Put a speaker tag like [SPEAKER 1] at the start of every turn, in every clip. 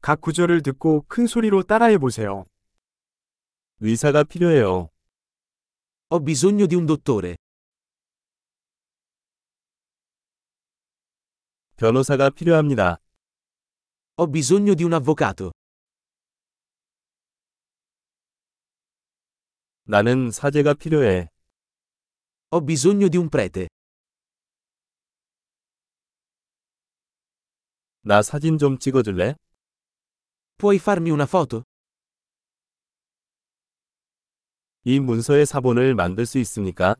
[SPEAKER 1] 각 구절을 듣고 큰 소리로 따라해 보세요. 의사가 필요해요. 어,
[SPEAKER 2] Ho bisogno di un dottore.
[SPEAKER 1] 변호사가 필요합니다. 어,
[SPEAKER 2] Ho bisogno di un avvocato.
[SPEAKER 1] 나는 사제가 필요해. 어,
[SPEAKER 2] Ho bisogno di un prete.
[SPEAKER 1] 나 사진 좀 찍어줄래?
[SPEAKER 2] Puoi farmi una foto?
[SPEAKER 1] 이 문서의 사본을 만들 수 있습니까?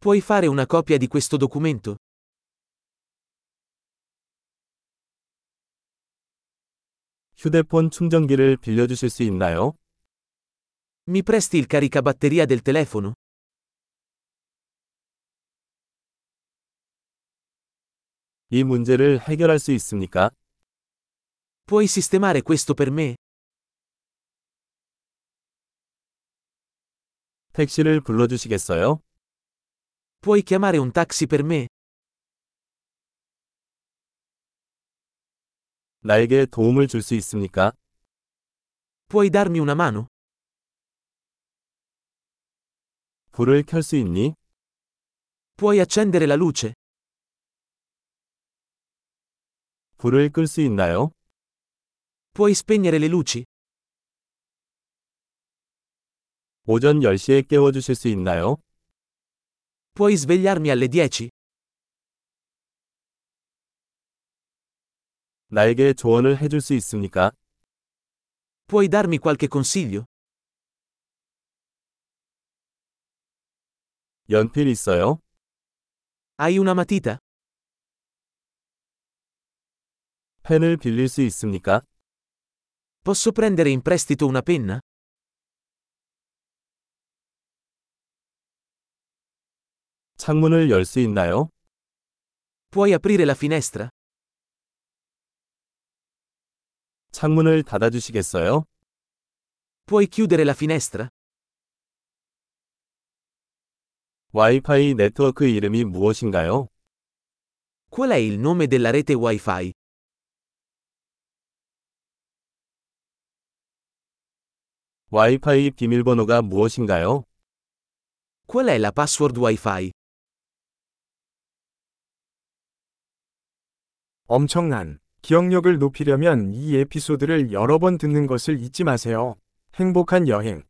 [SPEAKER 2] Puoi fare una copia di questo documento?
[SPEAKER 1] 휴대폰 충전기를 빌려주실 수 있나요?
[SPEAKER 2] Mi presti il caricabatteria del telefono?
[SPEAKER 1] 이 문제를 해결할 수 있습니까?
[SPEAKER 2] Puoi sistemare questo per me?
[SPEAKER 1] 택시를 불러주시겠어요?
[SPEAKER 2] Puoi chiamare un taxi per me?
[SPEAKER 1] 나에게 도움을 줄 수 있습니까?
[SPEAKER 2] Puoi darmi una mano?
[SPEAKER 1] 불을 켤 수 있니?
[SPEAKER 2] Puoi accendere la luce?
[SPEAKER 1] 불을 끌 수 있나요?
[SPEAKER 2] Puoi spegnere le luci?
[SPEAKER 1] 오전 10시에 깨워주실 수 있나요?
[SPEAKER 2] Puoi svegliarmi alle 10?
[SPEAKER 1] 나에게 조언을 해줄 수 있습니까?
[SPEAKER 2] Puoi darmi qualche consiglio?
[SPEAKER 1] 연필 있어요?
[SPEAKER 2] Hai una matita?
[SPEAKER 1] 펜을 빌릴 수 있습니까?
[SPEAKER 2] Posso prendere in prestito una penna?
[SPEAKER 1] 창문을 열 수 있나요?
[SPEAKER 2] Puoi aprire la finestra?
[SPEAKER 1] 창문을 닫아주시겠어요?
[SPEAKER 2] Puoi chiudere la finestra?
[SPEAKER 1] 와이파이 네트워크 이름이 무엇인가요?
[SPEAKER 2] Qual è il nome della rete Wi-Fi?
[SPEAKER 1] 와이파이 비밀번호가 무엇인가요?
[SPEAKER 2] Qual è la password Wi-Fi?
[SPEAKER 1] 엄청난 기억력을 높이려면 이 에피소드를 여러 번 듣는 것을 잊지 마세요. 행복한 여행.